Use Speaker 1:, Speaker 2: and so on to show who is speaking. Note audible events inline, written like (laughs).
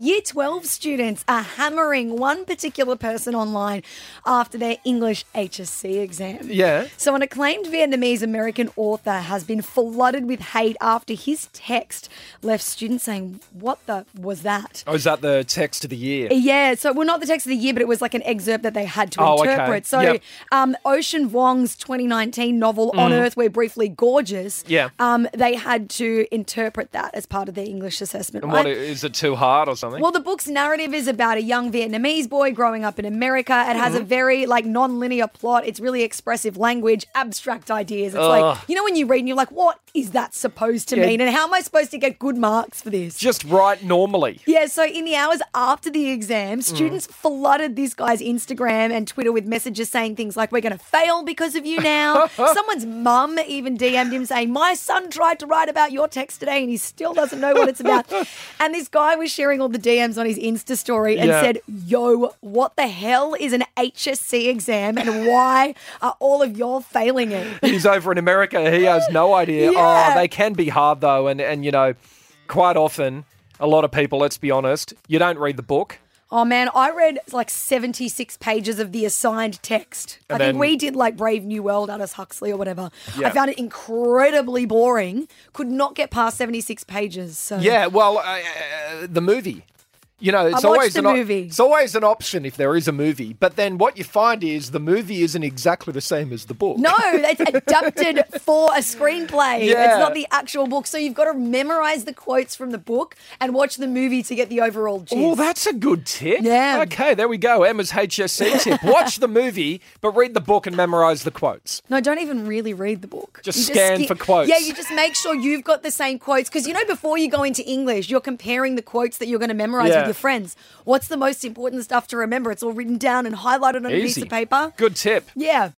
Speaker 1: Year 12 students are hammering one particular person online after their English HSC exam.
Speaker 2: Yeah.
Speaker 1: So, an acclaimed Vietnamese American author has been flooded with hate after his text left students saying, What the was that?
Speaker 2: Oh, is that the text of the year?
Speaker 1: Yeah, so well, not the text of the year, but it was like an excerpt that they had to
Speaker 2: Oh, okay.
Speaker 1: interpret. So,
Speaker 2: Yep. Mm.
Speaker 1: um, Ocean Wong's 2019 novel On Earth, We're Briefly Gorgeous.
Speaker 2: Yeah.
Speaker 1: um, they had to interpret that as part of their English assessment.
Speaker 2: And what
Speaker 1: right?
Speaker 2: is it too hard or something?
Speaker 1: Well, the book's narrative is about a young Vietnamese boy growing up in America. It has
Speaker 2: Mm-hmm.
Speaker 1: a very like non-linear plot. It's really expressive language, abstract ideas. It's
Speaker 2: Ugh.
Speaker 1: like you know when you read and you're like, what is that supposed to
Speaker 2: Yeah.
Speaker 1: mean? And how am I supposed to get good marks for this?
Speaker 2: Just write normally.
Speaker 1: Yeah, so in the hours after the exam, students flooded this guy's Instagram and Twitter with messages saying things like, We're going to fail because of you now. Someone's mum even DM'd him saying, My son tried to write about your text today and he still doesn't know what it's about. and this guy was sharing all the DMs on his Insta story and
Speaker 2: Yeah.
Speaker 1: said, Yo, what the hell is an HSC exam and why are all of y'all failing it?
Speaker 2: He's over in America. He has no idea.
Speaker 1: Yeah.
Speaker 2: Oh, they can be hard though, and and you know, quite often, a lot of people. Let's be honest. You don't read the book.
Speaker 1: Oh man, I read like 76 pages of the assigned text. I
Speaker 2: And
Speaker 1: think
Speaker 2: then-
Speaker 1: we did like Brave New World, Aldous Huxley or whatever. I
Speaker 2: Yeah.
Speaker 1: found it incredibly boring. Could not get past 76 pages. So
Speaker 2: Yeah. Well, uh, uh, the movie. You know, it's
Speaker 1: watched
Speaker 2: always
Speaker 1: the
Speaker 2: an op-
Speaker 1: movie.
Speaker 2: it's always an option if there is a movie. But then what you find is the movie isn't exactly the same as the book.
Speaker 1: No, it's adapted
Speaker 2: (laughs)
Speaker 1: for a screenplay. It's
Speaker 2: Yeah.
Speaker 1: not the actual book. So you've got to memorize the quotes from the book and watch the movie to get the overall gist.
Speaker 2: Oh, that's a good tip.
Speaker 1: Yeah.
Speaker 2: Okay, there we go. Emma's HSC tip. Watch the movie, but read the book and memorize the quotes.
Speaker 1: No, don't even really read the book.
Speaker 2: Just scan for quotes.
Speaker 1: Yeah, you just make sure you've got the same quotes because you know before you go into English, you're comparing the quotes that you're going to memorize with
Speaker 2: Yeah.
Speaker 1: your friends. What's the most important stuff to remember? It's all written down and highlighted on a piece
Speaker 2: Easy.
Speaker 1: of paper.
Speaker 2: Good tip.
Speaker 1: Yeah.